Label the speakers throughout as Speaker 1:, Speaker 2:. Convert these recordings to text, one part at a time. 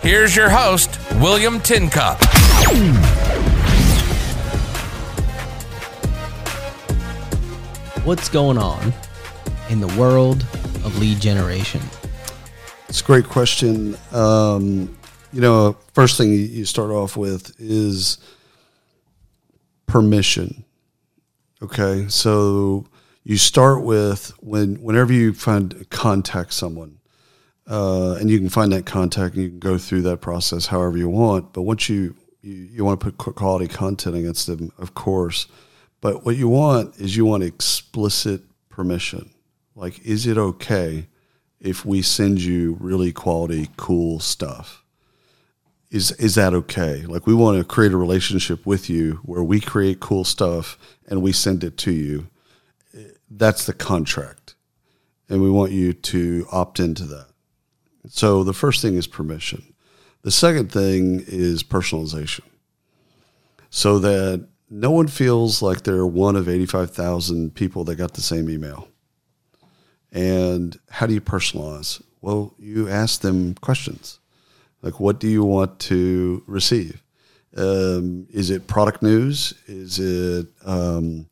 Speaker 1: Here's your host, William Tincup.
Speaker 2: What's going on in the world of lead generation?
Speaker 3: It's a great question. Um, you know, first thing you start off with is permission. Okay, so you start with when whenever you find contact someone, uh, and you can find that contact and you can go through that process however you want. But once you you, you want to put qu- quality content against them, of course. But what you want is you want explicit permission. Like, is it okay if we send you really quality, cool stuff? Is is that okay? Like, we want to create a relationship with you where we create cool stuff and we send it to you. That's the contract, and we want you to opt into that. So the first thing is permission. The second thing is personalization. So that no one feels like they're one of 85,000 people that got the same email. And how do you personalize? Well, you ask them questions like, what do you want to receive? Um, is it product news? Is it um,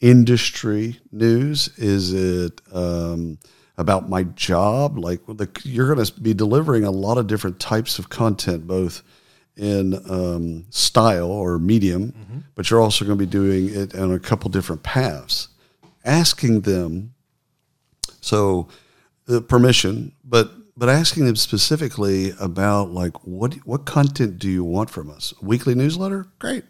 Speaker 3: industry news? Is it. Um, about my job. Like the, you're going to be delivering a lot of different types of content, both in um, style or medium, but you're also going to be doing it on a couple different paths. Asking them, so the permission, but but asking them specifically about like what what content do you want from us? Weekly newsletter, great.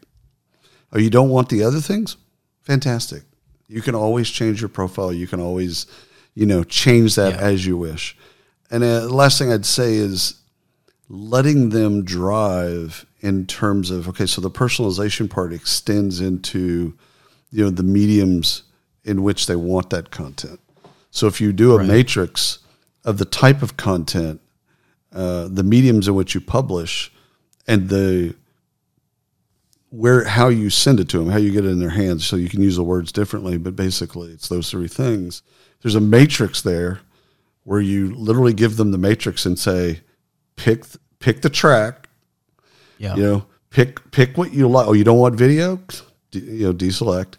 Speaker 3: Or you don't want the other things? Fantastic. You can always change your profile. You can always you know, change that as you wish. And uh, the last thing I'd say is letting them drive in terms of okay, so the personalization part extends into you know the mediums in which they want that content. So if you do a matrix of the type of content, uh, the mediums in which you publish, and the where how you send it to them, how you get it in their hands, so you can use the words differently. But basically, it's those three things. There's a matrix there where you literally give them the matrix and say, pick pick the track.
Speaker 2: Yeah.
Speaker 3: You know, pick pick what you like. Oh, you don't want video? D- you know, deselect.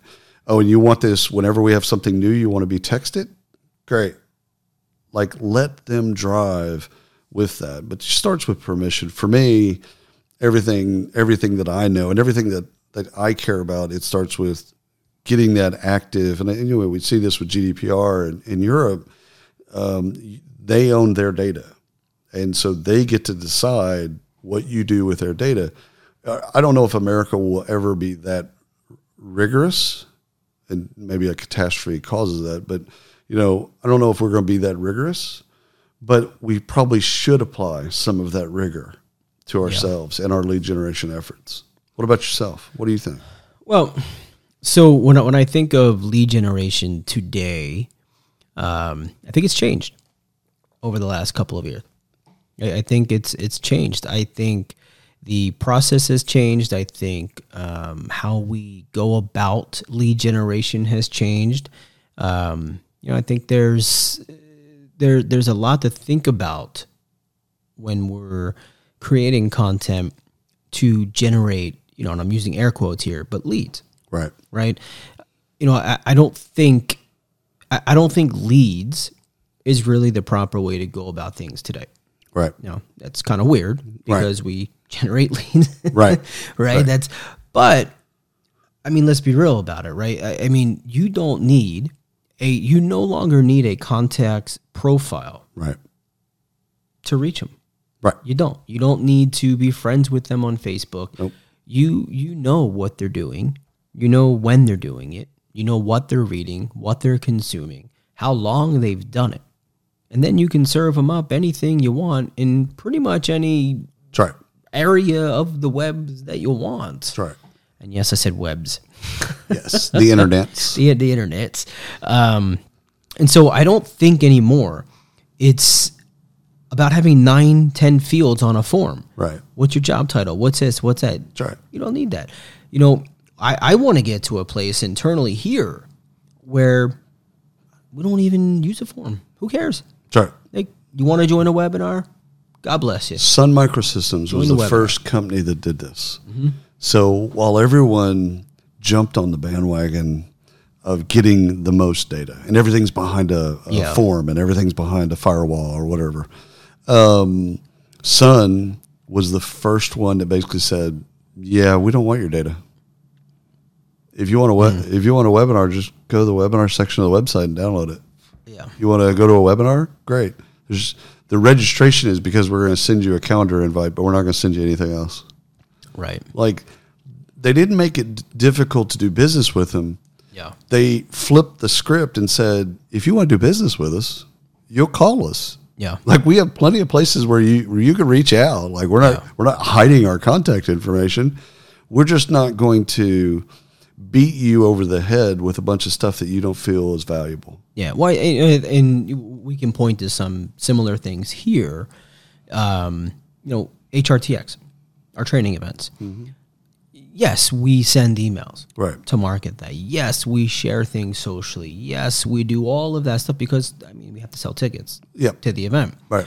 Speaker 3: Oh, and you want this whenever we have something new, you want to be texted? Great. Like let them drive with that. But it starts with permission. For me, everything everything that I know and everything that that I care about, it starts with getting that active. And anyway, we see this with GDPR in, in Europe. Um, they own their data, and so they get to decide what you do with their data. Uh, I don't know if America will ever be that rigorous, and maybe a catastrophe causes that. But you know, I don't know if we're going to be that rigorous, but we probably should apply some of that rigor to ourselves and our lead generation efforts. What about yourself? What do you think?
Speaker 2: Well, so when I, when I think of lead generation today, um, I think it's changed over the last couple of years. I, I think it's it's changed. I think the process has changed. I think um, how we go about lead generation has changed. Um, you know, I think there's there there's a lot to think about when we're creating content to generate. You know, and I'm using air quotes here, but leads
Speaker 3: Right.
Speaker 2: right? You know, I, I don't think I, I don't think leads is really the proper way to go about things today.
Speaker 3: Right.
Speaker 2: You know, that's kind of weird because we generate leads,
Speaker 3: Right.
Speaker 2: right? That's but I mean, let's be real about it, right? I, I mean, you don't need a you no longer need a contacts profile
Speaker 3: Right.
Speaker 2: to reach them.
Speaker 3: Right.
Speaker 2: You don't. You don't need to be friends with them on Facebook. You you know what they're doing. You know when they're doing it. You know what they're reading, what they're consuming, how long they've done it. And then you can serve them up anything you want in pretty much any
Speaker 3: That's right.
Speaker 2: area of the webs that you want.
Speaker 3: That's right.
Speaker 2: And yes, I said webs.
Speaker 3: Yes, the internet's
Speaker 2: the, the internet. Um, and so I don't think anymore it's about having nine, ten fields on a form.
Speaker 3: Right.
Speaker 2: What's your job title? What's this? What's that?
Speaker 3: That's right.
Speaker 2: You don't need that. You know, I, I want to get to a place internally here where we don't even use a form. Who cares?
Speaker 3: That's right.
Speaker 2: Like, you want to join a webinar? God bless you.
Speaker 3: Sun Microsystems was
Speaker 2: the
Speaker 3: the,
Speaker 2: webinar.
Speaker 3: first company that did this. So while everyone jumped on the bandwagon of getting the most data, and everything's behind a, a
Speaker 2: Yeah.
Speaker 3: form, and everything's behind a firewall or whatever, um, Sun was the first one that basically said, "Yeah, we don't want your data. If you want a we- if you want a webinar, just go to the webinar section of the website and download it."
Speaker 2: Yeah.
Speaker 3: You want to go to a webinar? Great. There's, the registration is because we're going to send you a calendar invite, but we're not going to send you anything else.
Speaker 2: Right.
Speaker 3: Like, they didn't make it d- difficult to do business with them.
Speaker 2: Yeah.
Speaker 3: They flipped the script and said, if you want to do business with us, you'll call us.
Speaker 2: Yeah.
Speaker 3: Like we have plenty of places where you where you can reach out. Like we're not we're not hiding our contact information. We're just not going to beat you over the head with a bunch of stuff that you don't feel is valuable.
Speaker 2: Yeah, well, and, and- and we can point to some similar things here. Um, you know, HRTX, our training events. Yes, we send emails
Speaker 3: Mm-hmm. Right.
Speaker 2: to market that. Yes, we share things socially. Yes, we do all of that stuff because I mean we have to sell tickets
Speaker 3: Yep.
Speaker 2: to the event.
Speaker 3: Right.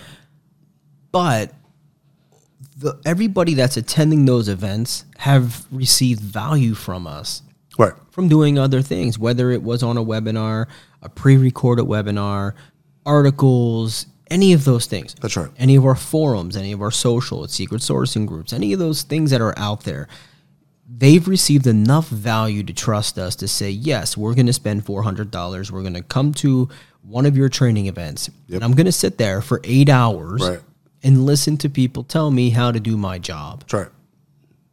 Speaker 2: But the, everybody that's attending those events have received value from us
Speaker 3: Right.
Speaker 2: from doing other things, whether it was on a webinar, a pre recorded webinar, articles, any of those things.
Speaker 3: That's right.
Speaker 2: Any of our forums, any of our social, secret sourcing groups, any of those things that are out there. They've received enough value to trust us to say, yes, we're going to spend $400. We're going to come to one of your training events. And I'm going to sit there for eight hours
Speaker 3: Right.
Speaker 2: and listen to people tell me how to do my job
Speaker 3: That's right.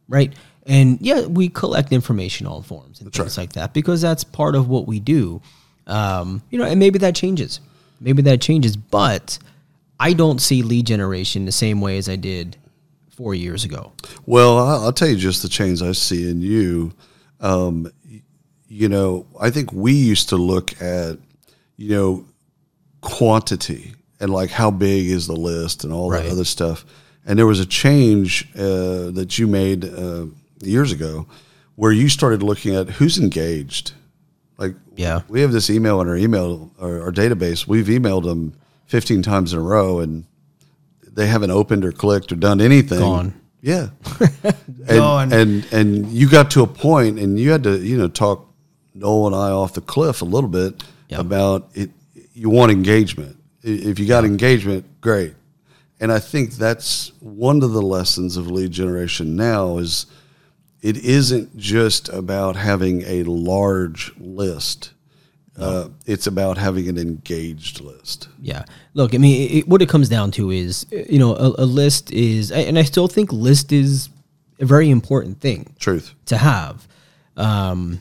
Speaker 2: right? And yeah, we collect information on forms and things like that because that's part of what we do. Um, you know, and maybe that changes. Maybe that changes, but I don't see lead generation the same way as I did four years ago.
Speaker 3: Well, I- I'll tell you just the change I see in you. Um, y- you know, I think we used to look at, you know, quantity and like how big is the list and all
Speaker 2: Right.
Speaker 3: that other stuff. And there was a change uh, that you made uh, years ago where you started looking at who's engaged. Like,
Speaker 2: Yeah.
Speaker 3: we have this email in our email, our, our database. We've emailed them 15 times in a row and they haven't opened or clicked or done anything.
Speaker 2: Gone.
Speaker 3: Yeah. and, and and you got to a point and you had to, you know, talk Noel and I off the cliff a little bit about it you want engagement. I- If you got engagement, great. And I think that's one of the lessons of lead generation now is it isn't just about having a large list. Uh, it's about having an engaged list.
Speaker 2: Yeah. Look, I mean, it, what it comes down to is, you know, a, a list is, and I still think list is a very important thing.
Speaker 3: Truth.
Speaker 2: to have. Um,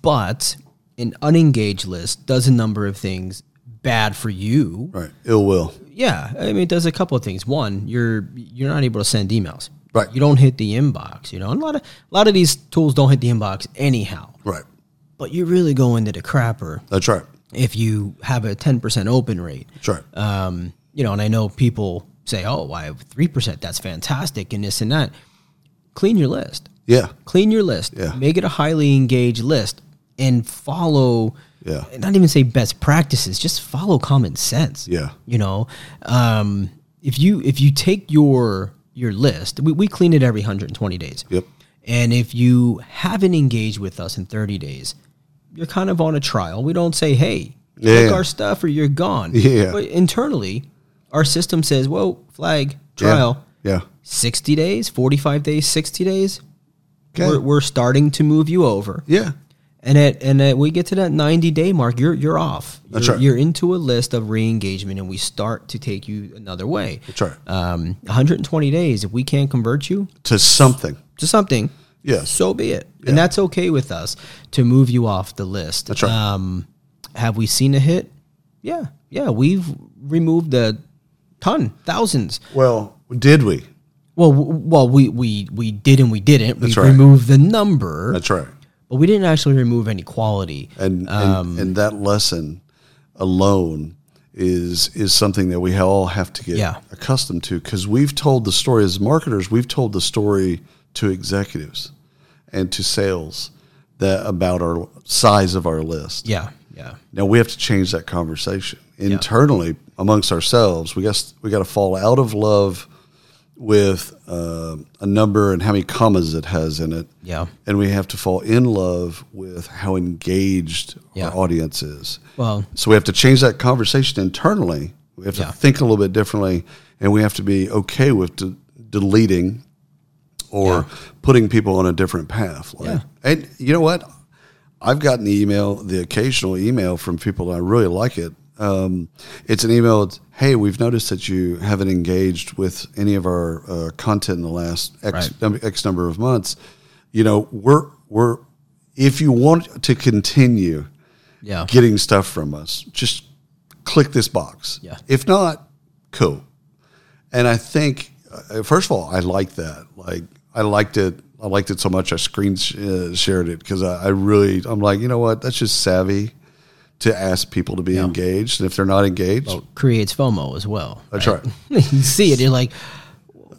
Speaker 2: but an unengaged list does a number of things bad for you.
Speaker 3: Right. Ill will.
Speaker 2: Yeah, I mean, it does a couple of things. One, you're you're not able to send emails.
Speaker 3: Right.
Speaker 2: You don't hit the inbox. You know, and a lot of a lot of these tools don't hit the inbox anyhow.
Speaker 3: Right.
Speaker 2: But you really go into the crapper
Speaker 3: That's right.
Speaker 2: if you have a ten percent open rate.
Speaker 3: That's right.
Speaker 2: Um, you know, and I know people say, "Oh, why three percent? That's fantastic," and this and that. Clean your list.
Speaker 3: yeah.
Speaker 2: clean your list
Speaker 3: Yeah.
Speaker 2: make it a highly engaged list and follow
Speaker 3: Yeah.
Speaker 2: not even say best practices just follow common sense
Speaker 3: Yeah.
Speaker 2: you know um, if you if you take your your list we, we clean it every 120 days
Speaker 3: Yep.
Speaker 2: and if you haven't engaged with us in 30 days you're kind of on a trial we don't say hey
Speaker 3: Yeah.
Speaker 2: take our stuff or you're gone
Speaker 3: Yeah.
Speaker 2: but internally our system says well flag trial
Speaker 3: Yeah.
Speaker 2: 60 days, 45 days, 60 days,
Speaker 3: Okay.
Speaker 2: we're, we're starting to move you over.
Speaker 3: Yeah.
Speaker 2: And at and at we get to that 90 day mark, you're you're off. You're,
Speaker 3: That's right.
Speaker 2: you're into a list of re-engagement and we start to take you another way.
Speaker 3: That's right. Uh,
Speaker 2: Um, 120 days if we can't convert you
Speaker 3: to something.
Speaker 2: to something,
Speaker 3: Yes.
Speaker 2: so be it. And that's okay with us to move you off the list.
Speaker 3: That's right.
Speaker 2: Um, have we seen a hit? Yeah. Yeah, we've removed a ton, thousands.
Speaker 3: Well, did we?
Speaker 2: Well, w- well, we we we did and we didn't. We
Speaker 3: That's right.
Speaker 2: removed the number,
Speaker 3: That's right.
Speaker 2: but we didn't actually remove any quality.
Speaker 3: And,
Speaker 2: Um,
Speaker 3: and and that lesson alone is is something that we all have to get
Speaker 2: Yeah.
Speaker 3: accustomed to because we've told the story as marketers. We've told the story to executives and to sales that about our size of our list.
Speaker 2: Yeah, yeah,
Speaker 3: Now we have to change that conversation internally amongst ourselves. We got we got to fall out of love with uh, a number and how many commas it has in it.
Speaker 2: yeah.
Speaker 3: And we have to fall in love with how engaged
Speaker 2: Yeah.
Speaker 3: our audience is.
Speaker 2: Well,
Speaker 3: So we have to change that conversation internally. We have to
Speaker 2: Yeah.
Speaker 3: think a little bit differently, and we have to be okay with de- deleting or putting people on a different path. Like,
Speaker 2: Yeah.
Speaker 3: And you know what? I've gotten the email, the occasional email from people, and I really like it. Um, it's an email. It's, hey, we've noticed that you haven't engaged with any of our uh, content in the last X, num- X number of months. You know, we're we're if you want to continue
Speaker 2: yeah,
Speaker 3: getting stuff from us. Just click this box.
Speaker 2: Yeah.
Speaker 3: If not, cool. And I think, uh, first of all, I like that. Like, I liked it. I liked it so much. I screen sh- uh, shared it because I, I really, I'm like, you know what? That's just savvy to ask people to be engaged. And if they're not engaged,
Speaker 2: creates FOMO as well.
Speaker 3: that's right.
Speaker 2: you see it, you're like,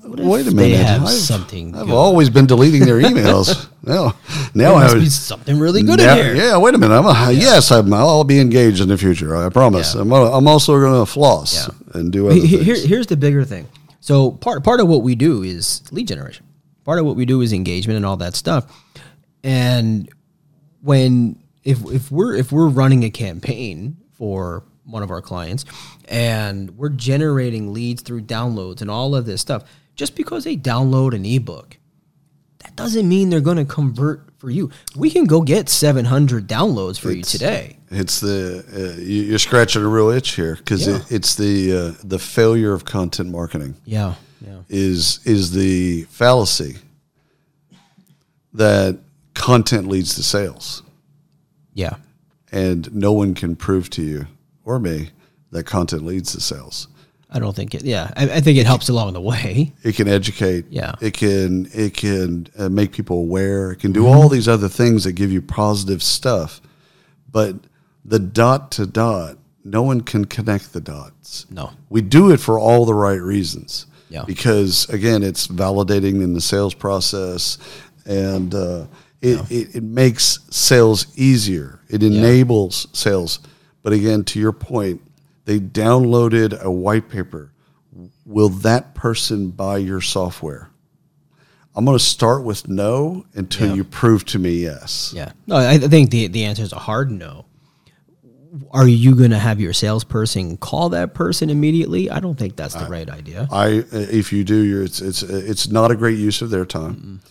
Speaker 3: Wait a
Speaker 2: they
Speaker 3: minute.
Speaker 2: have
Speaker 3: I've,
Speaker 2: something
Speaker 3: I've
Speaker 2: good.
Speaker 3: always been deleting their emails. no, now
Speaker 2: there
Speaker 3: I
Speaker 2: must be
Speaker 3: was.
Speaker 2: something really good
Speaker 3: Now-
Speaker 2: in here.
Speaker 3: Yeah, wait a minute. I'm a, Yes, I'm, I'll be engaged in the future. I promise.
Speaker 2: Yeah.
Speaker 3: I'm, I'm also going to floss
Speaker 2: Yeah.
Speaker 3: and do other
Speaker 2: Here-
Speaker 3: things.
Speaker 2: here- here's the bigger thing. So part part of what we do is lead generation. Part of what we do is engagement and all that stuff. And when if if we're if we're running a campaign for one of our clients and we're generating leads through downloads and all of this stuff, just because they download an ebook, that doesn't mean they're going to convert for you. We can go get 700 downloads for you today.
Speaker 3: It's the uh, you- you're scratching a real itch here because
Speaker 2: Yeah.
Speaker 3: it, it's the uh, the failure of content marketing
Speaker 2: Yeah. Yeah.
Speaker 3: is is the fallacy that content leads to sales,
Speaker 2: Yeah.
Speaker 3: and no one can prove to you or me that content leads to sales.
Speaker 2: I don't think it. Yeah, I, I think it helps along the way.
Speaker 3: it can educate
Speaker 2: Yeah.
Speaker 3: it can it can uh, make people aware it can do all these other things that give you positive stuff but the dot to dot no one can connect the dots
Speaker 2: No.
Speaker 3: we do it for all the right reasons
Speaker 2: Yeah.
Speaker 3: because again it's validating in the sales process and uh, it, it, it makes sales easier it enables sales but again to your point they downloaded a white paper will that person buy your software? I'm going to start with no until you prove to me yes.
Speaker 2: Yeah. No, I I think the the answer is a hard no. Are you going to have your salesperson call that person immediately? I don't think that's the right idea.
Speaker 3: I if you do, you're, it's it's it's not a great use of their time.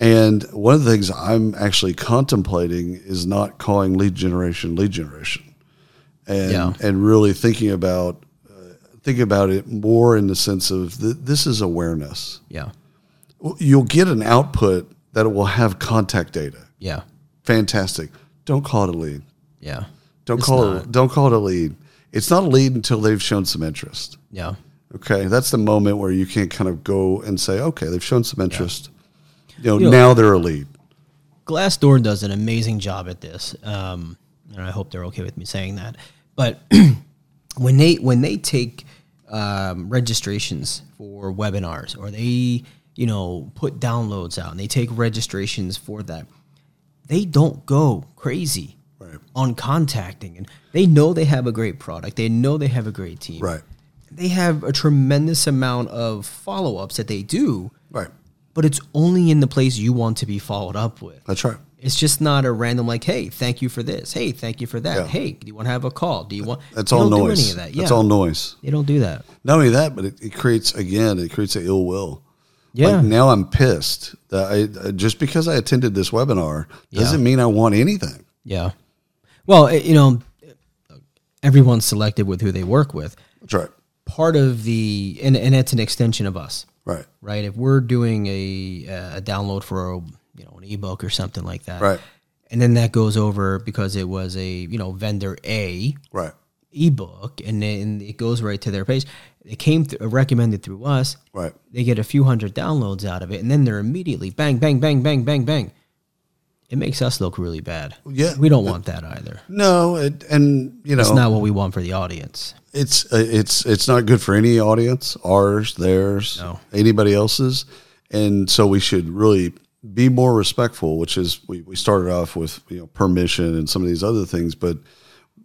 Speaker 3: And one of the things I'm actually contemplating is not calling lead generation lead generation, and
Speaker 2: Yeah.
Speaker 3: and really thinking about uh, thinking about it more in the sense of th- this is awareness.
Speaker 2: Yeah.
Speaker 3: You'll get an output that will have contact data.
Speaker 2: Yeah.
Speaker 3: Fantastic. Don't call it a lead.
Speaker 2: Yeah.
Speaker 3: Don't call it. Don't call it a lead. It's not a lead until they've shown some interest.
Speaker 2: Yeah.
Speaker 3: Okay, that's the moment where you can kind of go and say, okay, they've shown some interest. You, know,
Speaker 2: You know-
Speaker 3: now they're a lead.
Speaker 2: Glassdoor does an amazing job at this, um, and I hope they're okay with me saying that. But when they when they take um, registrations for webinars, or they you know put downloads out, and they take registrations for that, they don't go crazy
Speaker 3: Right.
Speaker 2: on contacting, and they know they have a great product, they know they have a great team,
Speaker 3: Right.
Speaker 2: They have a tremendous amount of follow ups that they do,
Speaker 3: Right.
Speaker 2: but it's only in the place you want to be followed up with.
Speaker 3: That's right.
Speaker 2: It's just not a random like, hey, thank you for this. Hey, thank you for that.
Speaker 3: Yeah.
Speaker 2: Hey, do you want to have a call? Do you want?
Speaker 3: That's
Speaker 2: They
Speaker 3: all
Speaker 2: don't do
Speaker 3: noise.
Speaker 2: any of that. Yeah,
Speaker 3: That's all noise.
Speaker 2: they don't do that.
Speaker 3: Not only that, but it, it creates again, it creates an ill will.
Speaker 2: Yeah.
Speaker 3: Like now I'm pissed that I uh, just because I attended this webinar doesn't mean I want anything.
Speaker 2: Yeah. Well, it- you know, everyone's selective with who they work with.
Speaker 3: That's right.
Speaker 2: Part of the and and that's an extension of us,
Speaker 3: Right.
Speaker 2: right? If we're doing a a download for a, you know an ebook or something like that,
Speaker 3: Right.
Speaker 2: And then that goes over because it was a you know vendor A
Speaker 3: Right.
Speaker 2: ebook and then it goes right to their page. It came th- recommended through us.
Speaker 3: Right.
Speaker 2: They get a few hundred downloads out of it, and then they're immediately bang, bang, bang, bang, bang, bang. It makes us look really bad.
Speaker 3: Yeah.
Speaker 2: we don't want that either.
Speaker 3: No, it, and you know,
Speaker 2: It's not what we want for the audience.
Speaker 3: it's uh, it's it's not good for any audience, ours, theirs,
Speaker 2: No.
Speaker 3: anybody else's, and so we should really be more respectful. Which is we, we started off with you know permission and some of these other things, but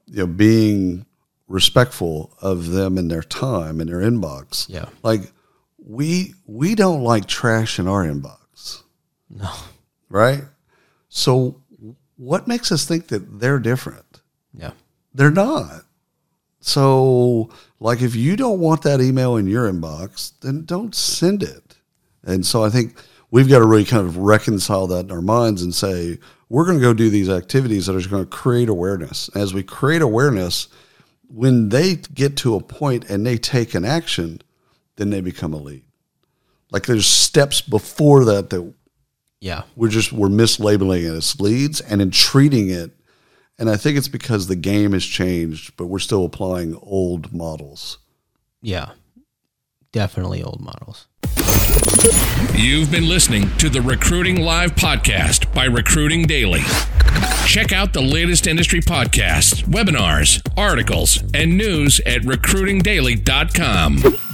Speaker 3: you know being respectful of them and their time and their inbox.
Speaker 2: Yeah.
Speaker 3: like we we don't like trash in our inbox,
Speaker 2: No,
Speaker 3: right? So what makes us think that they're different?
Speaker 2: yeah,
Speaker 3: They're not. So, like, if you don't want that email in your inbox, then don't send it. And so, I think we've got to really kind of reconcile that in our minds and say, we're going to go do these activities that are going to create awareness. As we create awareness, when they get to a point and they take an action, then they become a lead. Like, there's steps before that that
Speaker 2: yeah,
Speaker 3: we're just we're mislabeling it as leads and in treating it and i think it's because the game has changed but we're still applying old models
Speaker 2: yeah. Definitely old models.
Speaker 1: You've been listening to the Recruiting Live podcast by Recruiting Daily. Check out the latest industry podcasts, webinars, articles, and news at recruitingdaily.com.